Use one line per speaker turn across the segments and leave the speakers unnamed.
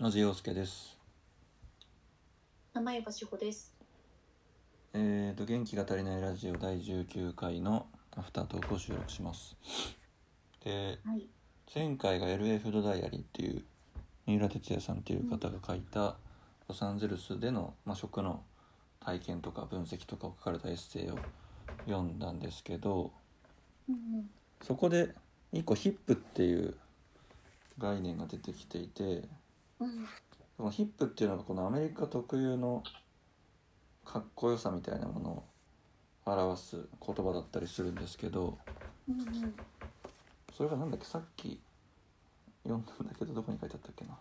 野地洋介です。
名前は志保です。
えーと元気が足りないラジオ第19回のアフタートークを収録します。で
はい。
前回が LA フードダイアリーっていう三浦哲也さんっていう方が書いたロサンゼルスでの、まあ、食の体験とか分析とかを書かれたエッセイを読んだんですけど
うん
そこで一個ヒップっていう概念が出てきていて
うん。うん。
そのヒップっていうのがこのアメリカ特有のかっこよさみたいなものを表す言葉だったりするんですけど
うん。
それがなんだっけさっき読んだんだけどどこに書いてあったっけな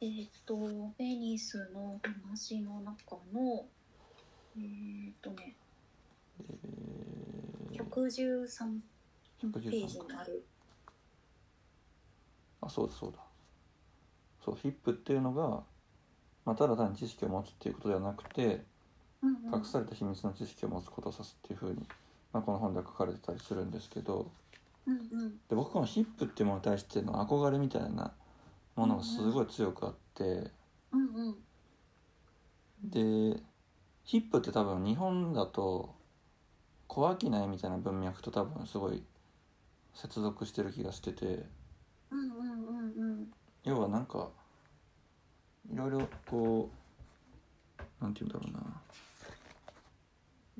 えーっと、ベニスの話の中の。えーっとね、
えー、
百十三。ペ
113
ージにある。
あそうだそうだそうヒップっていうのが、まあ、ただ単に知識を持つっていうことではなくて
うんうん。
隠された秘密の知識を持つことを指すっていうふうに、まあ、この本では書かれてたりするんですけど
うんうん。
で僕このヒップっていうものに対しての憧れみたいなものがすごい強くあって、
うんうん。
でヒップって多分日本だと小商いみたいな文脈と多分すごい接続してる気がしてて
うんうんうんうん。
要はなんかいろいろこうなんて言うんだろうな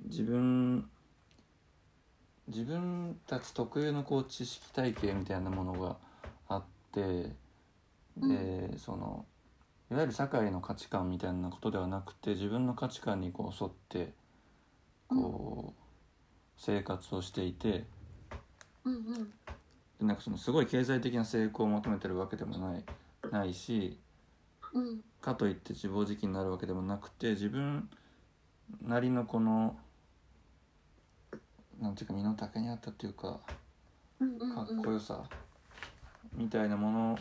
自分自分たち特有のこう知識体系みたいなものがあってでそのいわゆる社会の価値観みたいなことではなくて自分の価値観にこう沿ってこう生活をしていて
うんうん。
でなんかそのすごい経済的な成功を求めてるわけでもないないし
うん。
かといって自暴自棄になるわけでもなくて自分なりのこのなんていうか身の丈に合ったっていうか
うんうん。
かっこよさみたいなもの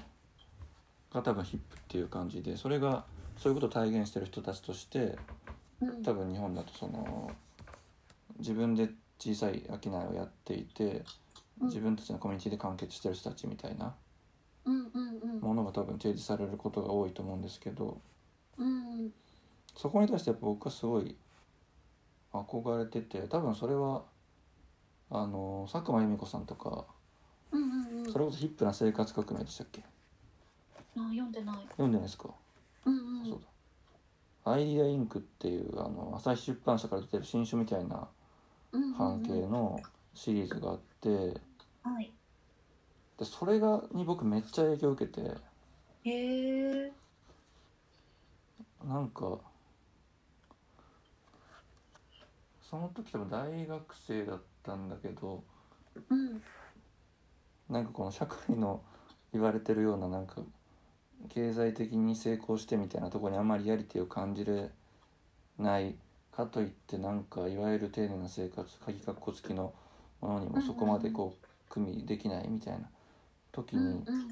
が多分ヒップっていう感じでそれがそういうことを体現してる人たちとして
うん。
多分日本だとその自分で小さい商いをやっていて
うん
自分たちのコミュニティで完結してる人たちみたいな
うんうんうん。
ものが多分提示されることが多いと思うんですけど
うんうん。
そこに対してやっぱ僕はすごい憧れてて多分それはあの佐久間由美子さんとか
うんうんうん。
それこそヒップな生活革命でしたっけ
あ、読んでない。
読んでないですか
うんう。
そうんだアイディアインクっていうあの朝日出版社から出てる新書みたいな
うんうん
半径
うん。
のシリーズがあって、
はい。
でそれがに僕めっちゃ影響を受けて
へえ。
なんかその時多分大学生だったんだけど
うん。
なんかこの社会の言われてるようななんか経済的に成功してみたいなところにあんまりリアリティを感じれないかといってなんかいわゆる丁寧な生活鍵かっこつきのものにもそこまでこう組みできないみたいな時
うん
に
うん。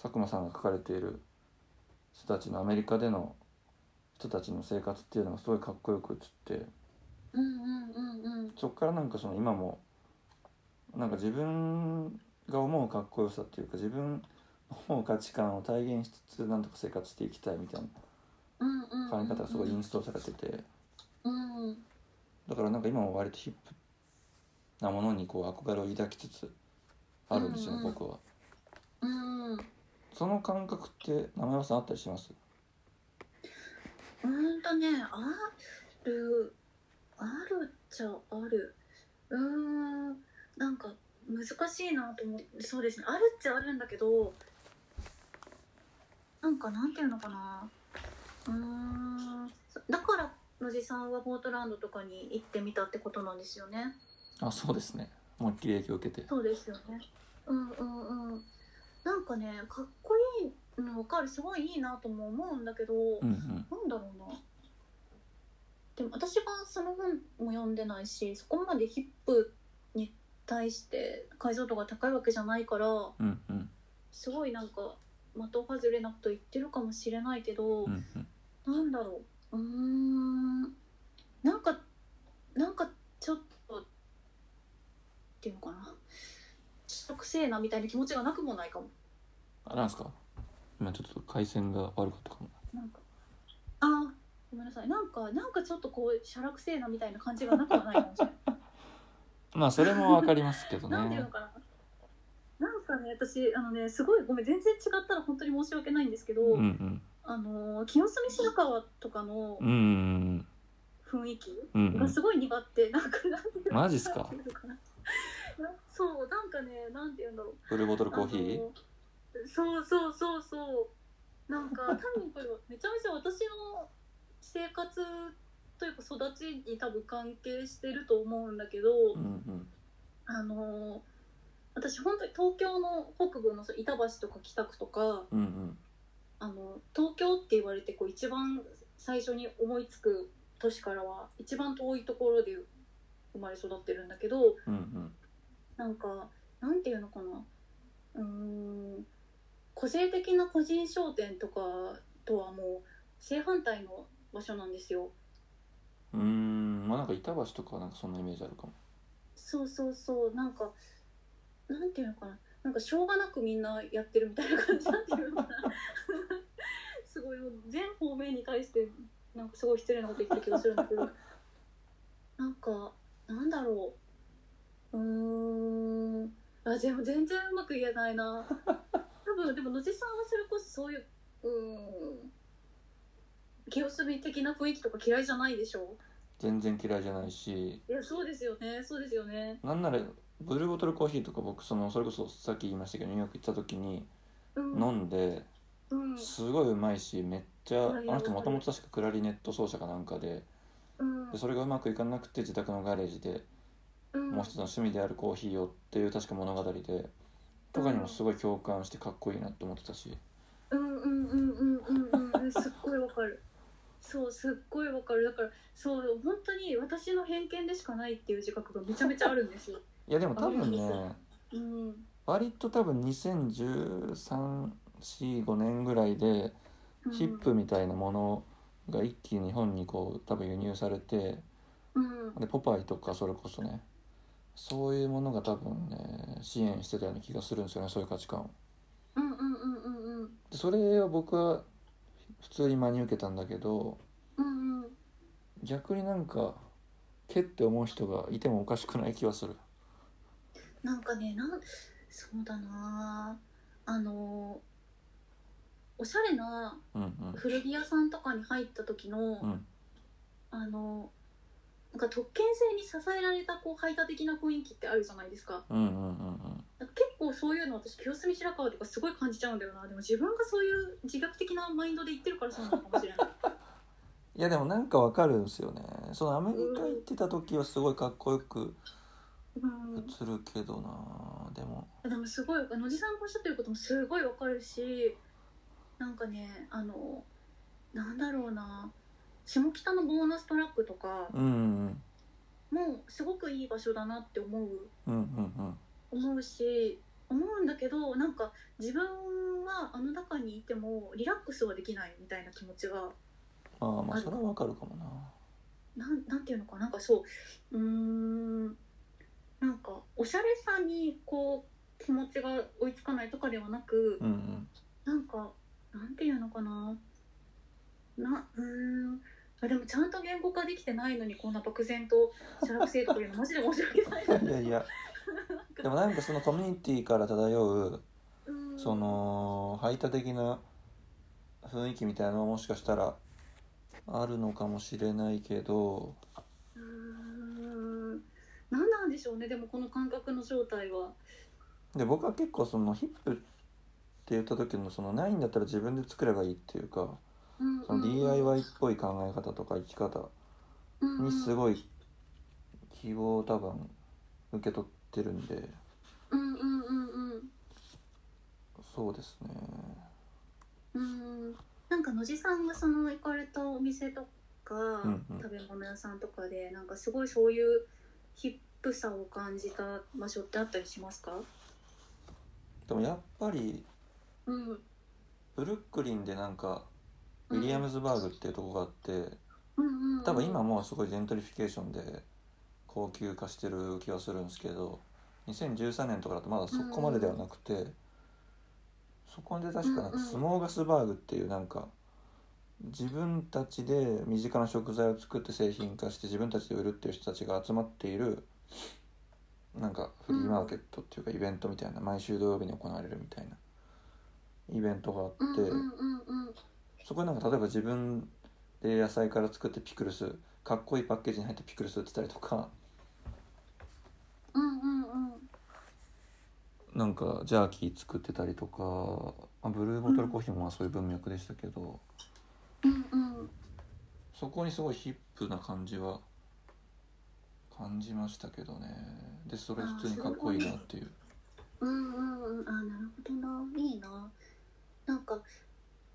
佐久間さんが書かれている人たちのアメリカでの人たちの生活っていうのがすごいかっこよく映って
うんうんうんうん。
そっからなんかその今もなんか自分が思うかっこよさっていうか自分の思う価値観を体現しつつなんとか生活していきたいみたいな
うんうんうん
考
う
え
ん
方がすごいインストールされてて
うん
だからなんか今も割とヒップなものにこう憧れを抱きつつあるんですよね
うんうん
僕は。
うん
その感覚って名前はさんあったりします
うんとねあるあるっちゃあるうーんなんか難しいなと思ってそうですねあるっちゃあるんだけどなんかなんていうのかなうーんだから野地さんはポートランドとかに行ってみたってことなんですよね。
あそうですね思いっきり影響を受けて。
そうですよね。うんうんうん。なんかね、かっこいいのわかる、すごいいいなとも思うんだけど、
うんうん
なんだろうな。でも私がその本も読んでないし、そこまでヒップに対して解像度が高いわけじゃないから、
うんうん
すごいなんか的外れなこと言ってるかもしれないけど、
うんうん
なんだろう。うーん。なんか、なんかちょっと、っていうのかな。ちょっとくせえなみたいな気持ちがなくもないかも。
あなんですか今ちょっと回線が悪かったかも
なんかあごめんなさいなんかなんかちょっとこうしゃらくせえなみたいな感じがなくはないかもしれない
まあそれもわかりますけど
なんていう
ね
のかななんかね私あのねすごいごめん全然違ったら本当に申し訳ないんですけど、
うんうん
あのー清澄白河とかの
うんうん
雰囲気
うんうんう
が
ん
すごい苦手、なんかなんていうの
マジっすか
なんていうのななそうなんかねなんていうんだろう
ブルーボトルコーヒ
あ
ー
のそうそうそうそうなんか多分これめちゃめちゃ私の生活というか育ちに多分関係してると思うんだけど、
うんうん
あの私本当に東京の北部のそう板橋とか北区とか
うんうん
あの東京って言われてこう一番最初に思いつく都市からは一番遠いところで生まれ育ってるんだけど、
うんうん
なんかなんていうのかなうーん個性的な個人商店とかとはもう正反対の場所なんですよ
うーんまあなんか板橋とかはなんかそんなイメージあるかも
そうそうそうなんかなんていうのかななんかしょうがなくみんなやってるみたいな感じなんていうのかな すごいもう全方面に対してなんかすごい失礼なこと言った気がするんだけどなんかなんだろううーんあでも全然うまく言えないな多分でも野地さんはそれこそそういううーん清澄的な雰囲気とか嫌いじゃないでしょ
全然嫌いじゃないし
いやそうですよねそうですよね
なんならブルーボトルコーヒーとか僕そのそれこそさっき言いましたけどニューヨーク行った時に
うん
飲んで
うん
すごいうまいしめっちゃ
いや
あ
いや
の人もともと確かクラリネット奏者かなんかで
うん
でそれがうまくいかなくて自宅のガレージで
うん
もう一つの趣味であるコーヒーをっていう確か物語でとかにもすごい共感してかっこいいなと思ってたし
うんうんうんうんうんうんうんすっごいわかるそうすっごいわかるだからそう本当に私の偏見でしかないっていう自覚がめちゃめちゃあるんですよ
いやでも多分
あいいです
ね
うん
割と多分201345年ぐらいで
うん
ヒップみたいなものが一気に日本にこう多分輸入されて
うん
でポパイとかそれこそねそういうものが多分ね支援してたような気がするんですよねそういう価値観を。
うんうんうんうんうん
でそれは僕は普通に真に受けたんだけど
うんうん
逆になんかけって思う人がいてもおかしくない気はする
なんかねなんそうだなあのおしゃれな
うんうん
古着屋さんとかに入った時の、
うん
あのなんか特権性に支えられたこう排他的な雰囲気ってあるじゃないですか
うんうんうん
なんか結構そういうの私清澄白河とかすごい感じちゃうんだよなでも自分がそういう自虐的なマインドで言ってるからそうなのかもしれない
いやでもなんかわかるんですよねそのアメリカ行ってた時はすごいかっこよく
う
映るけどなでも
んでもすごい野地さんがおっしゃってることもすごいわかるしなんかねあのなんだろうな下北のボーナストラックとか
うんうん
もうすごくいい場所だなって思う
うんうん
思うし思うんだけどなんか自分はあの中にいてもリラックスはできないみたいな気持ちが
うんまあまあそれはわかるかもな
なんなんていうのかなんかそううーんなんかおしゃれさにこう気持ちが追いつかないとかではなく、
うんうん
なんかなんていうのかななうーんあでもちゃんと言語化できてないのにこんな漠然としゃらくせえとかいうのマジで申し訳ない
いやいやでもなんかそのコミュニティから漂う
うん
その排他的な雰囲気みたいなのももしかしたらあるのかもしれないけど
うーん何なんでしょうねでもこの感覚の正体は
で僕は結構そのヒップって言った時のそのないんだったら自分で作ればいいっていうか
うん
その DIY っぽい考え方とか生き方にす
い
ごい希望を多分受け取ってるんで
うんうんうんうん
そうですね
うんなんか野地さんがその行かれたお店とか、
んうん
食べ物屋さんとかでなんかすごいそういうヒップさを感じた場所ってあったりしますか、
でもやっぱり
うん、
ブルックリンでなんかウィリアムズバーグっていうとこがあって
うんうんうん
多分今もうすごいジェントリフィケーションで高級化してる気がするんですけど2013年とかだとまだそこまでではなくて、そこで確かなん
うんう
か
ん
スモーガスバーグっていうなんか自分たちで身近な食材を作って製品化して自分たちで売るっていう人たちが集まっているなんかフリーマーケットっていうかイベントみたいな毎週土曜日に行われるみたいなイベントがあって、
うんうんうんうん
そこになんか例えば自分で野菜から作ってピクルスかっこいいパッケージに入ってピクルス売ってたりとか
うんうんうん
なんかジャーキー作ってたりとかまあブルーボトルコーヒーもまあそういう文脈でしたけど、
うんうん
そこにすごいヒップな感じは感じましたけどねでそれ普通にかっこいいなっていう
うんうんうんあなるほどないいななんか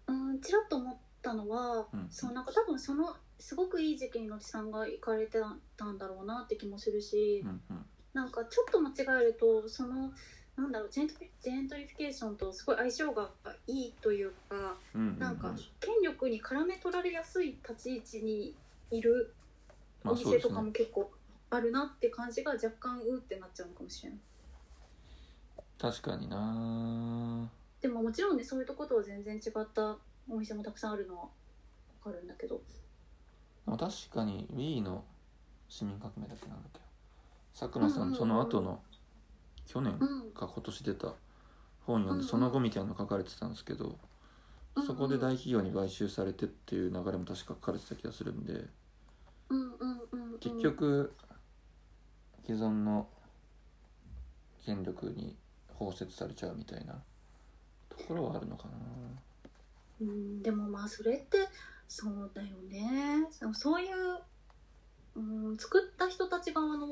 うんちらっと思ったのは、
うん
そうなんか多分そのすごくいい時期にのりさんが行かれてたんだろうなって気もするし、
うんうん
なんかちょっと間違えるとそのなんだろうジェントリジェントリフィケーションとすごい相性がいいというか
うんうん
なんか権力に絡め取られやすい立ち位置にいる
ま
お
あそうで
店
す
と
ね
かも結構あるなって感じが若干うーってなっちゃうのかもしれない。
確かにな
でももちろんねそういうとことは全然違ったお店もたくさんあるのは分かるんだけど
でも確かに Wii の市民革命だっけなんだっけ佐久間さ
うんうん
ん
うん
その後の去年
うん
か今年出た本読ん
うんう
で
ん
その後みたいなの書かれてたんですけどそこで大企業に買収されてっていう流れも確か書かれてた気がするんで
うんうんうんうん
結局既存の権力に包摂されちゃうみたいなところはあるのかな
うんでもまあそれってそうだよねそそういう、うん、作った人たち側の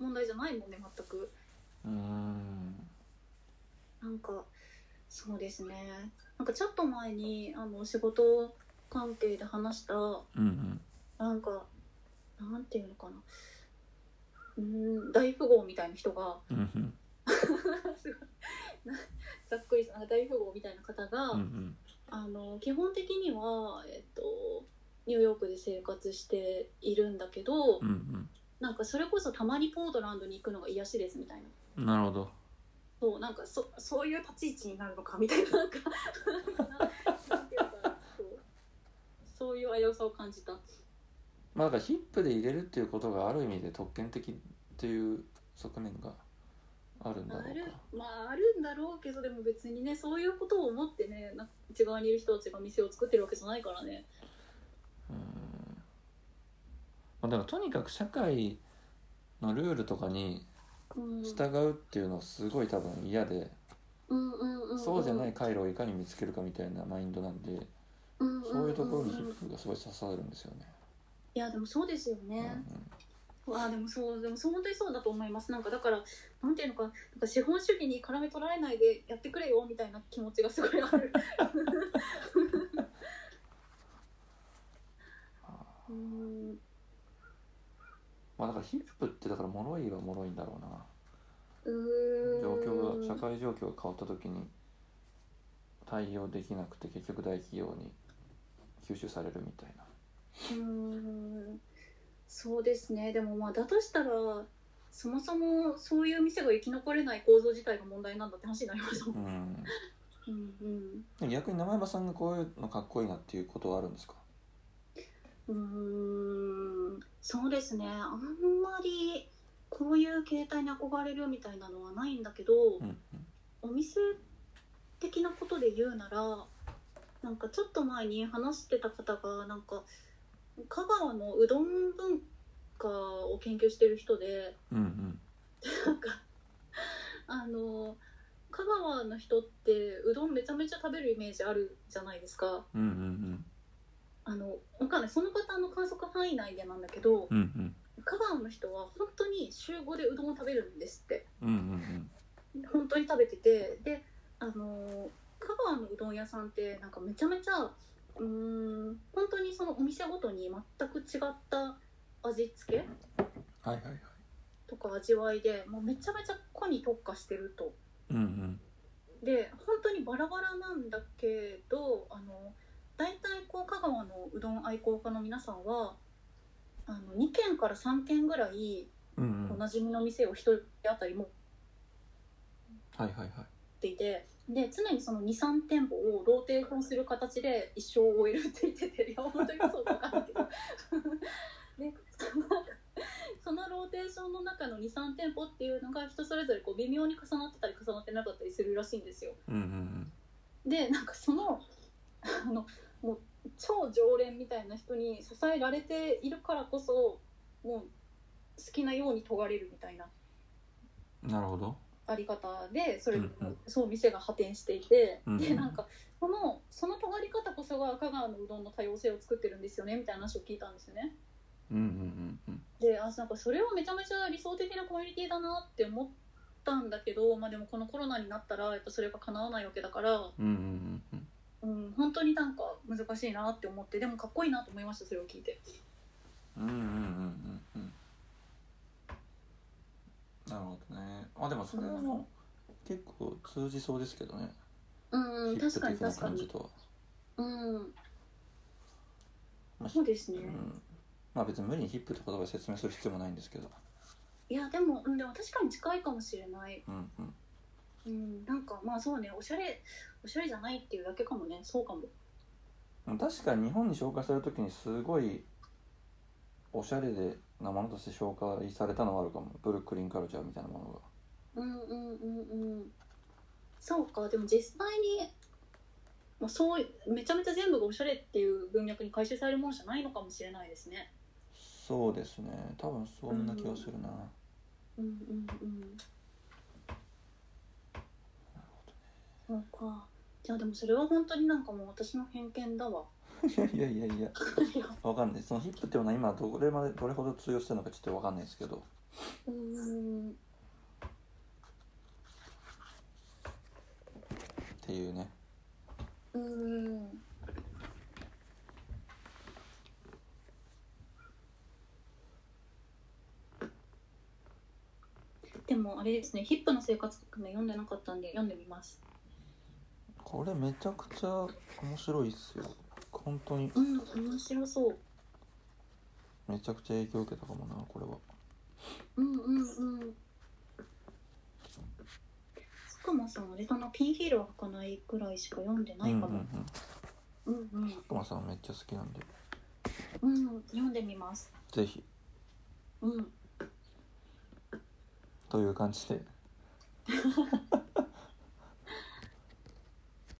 問題じゃないもんね全く
うーん
なんかそうですねなんかちょっと前にあの仕事関係で話した
うんうん
なんかなんていうのかなうん大富豪みたいな人が
うんうん
すごいなざっくりしたなんか大富豪みたいな方が、
うんうん
あの基本的には、えっと、ニューヨークで生活しているんだけど、
うん
なんかそれこそたまにポートランドに行くのが癒しですみたいな
うんなるほど
そうなんかそそういう立ち位置になるのかみたいななんかなんていうかそうそういう危うさを感じた。
まあだからヒップで入れるっていうことがある意味で特権的っていう側面があるんだろ
あ
う
る
か
まああるんだろうけどでも別にねそういうことを思ってねな内側にいる人たちが店を作ってるわけじゃないからね。
うーんまあだからとにかく社会のルールとかに
うん、
従うっていうのはすごい多分嫌で、
うんうんうんうん、
そうじゃない回路をいかに見つけるかみたいなマインドなんで
うんんんん
そういうところにヒップがすごい刺さるんですよね。
いやでもそうですよね。わあでもそうでもそう本当にそうだと思います。なんかだからなんていうのかなんか資本主義に絡め取られないでやってくれよみたいな気持ちがすごいある。うん
まあだからヒップってだから脆いは脆いんだろうな。
うーん
状況が社会状況が変わった時に対応できなくて結局大企業に吸収されるみたいな。
うーんそうですねでもまあだとしたらそもそもそういう店が生き残れない構造自体が問題なんだって話になります もん。
うん。
うんうん
でも逆に生山さんがこういうのかっこいいなっていうことはあるんですか。
うーんそうですねあんまりこういう形態に憧れるみたいなのはないんだけど、
うん
お店的なことで言うならなんかちょっと前に話してた方がなんか香川のうどん文化を研究してる人で
うんうん
なんかあの香川の人ってうどんめちゃめちゃ食べるイメージあるじゃないですか。
うんうん
あのわかんないその方の観測範囲内でなんだけど、
うんうん
香川の人は本当に週5でうどんを食べるんですって
うんうんうん
本当に食べててであのー香川のうどん屋さんってなんかめちゃめちゃうーん本当にそのお店ごとに全く違った味付け
はいはいはい。
とか味わいでもうめちゃめちゃ個に特化してると
うんうん
で本当にバラバラなんだけどあの大体こう香川のうどん愛好家の皆さんはあの2軒から3軒ぐらい
うんうん。は
お
い
なじみの店を1人当たり持っ
はいはい。
っていてで常にその23店舗をローテーションする形で一生を終えるって言ってていや本当にそうか分かんないけど でそのそのローテーションの中の23店舗っていうのが人それぞれこう微妙に重なってたり重なってなかったりするらしいんですよ。
うんうん
でなんかそのあのもう超常連みたいな人に支えられているからこそもう好きなように尖れるみたいな
うんなるほど
あり方でそれ、
うんうん
そう店が破天していて、
うんうん
でなんかそのその尖り方こそが香川のうどんの多様性を作ってるんですよねみたいな話を聞いたんですよね。
うんうんうん
であなんかそれはめちゃめちゃ理想的なコミュニティだなって思ったんだけど、まあ、でもこのコロナになったらやっぱそれが叶わないわけだから、
うんうんうんうん
うん、本当になんか難しいなって思ってでもかっこいいなと思いましたそれを聞いて。
うんうんうんうんうんなるほどねあでもそれも結構通じそうですけどね、
うんうん、
ヒップ
確かに
的な
確か
感じ
に。
とは
うん
まあ、
そうですね。
うんまあ別に無理にヒップって言葉で説明する必要もないんですけど
いやでも、うん、でも確かに近いかもしれない。
うんうん
うん、なんかまあそうねおしゃれおしゃれじゃないっていうだけかもねそうかも
確かに日本に紹介される時にすごいおしゃれでなものとして紹介されたのはあるかもブルックリンカルチャーみたいなものが
うんうんうんうんそうかでも実際に、まあ、そういうめちゃめちゃ全部がおしゃれっていう文脈に回収されるものじゃないのかもしれないですね
そうですね多分そんな気がするな、
うんうんうんそうかじゃあでもそれは本当になんかもう私の偏見だわ
いやいやいや
いや
わかんないそのヒップっていうのは今どれまでどれほど通用してるのかちょっとわかんないですけど
うん
っていうね
うんでもあれですね、ヒップの生活革命読んでなかったんで読んでみます。
これめちゃくちゃ面白いっすよ本当に
うん、面白そう。
めちゃくちゃ影響受けたかもなこれは
うんうんうん。佐久間さん、あれかな、ピンヒールは履かないくらいしか読んでない
うん
か
うんう
も
ん。
うんうん、
クマさんめっちゃ好きなんで
うん、読んでみます。
ぜひ
うん。
という感じで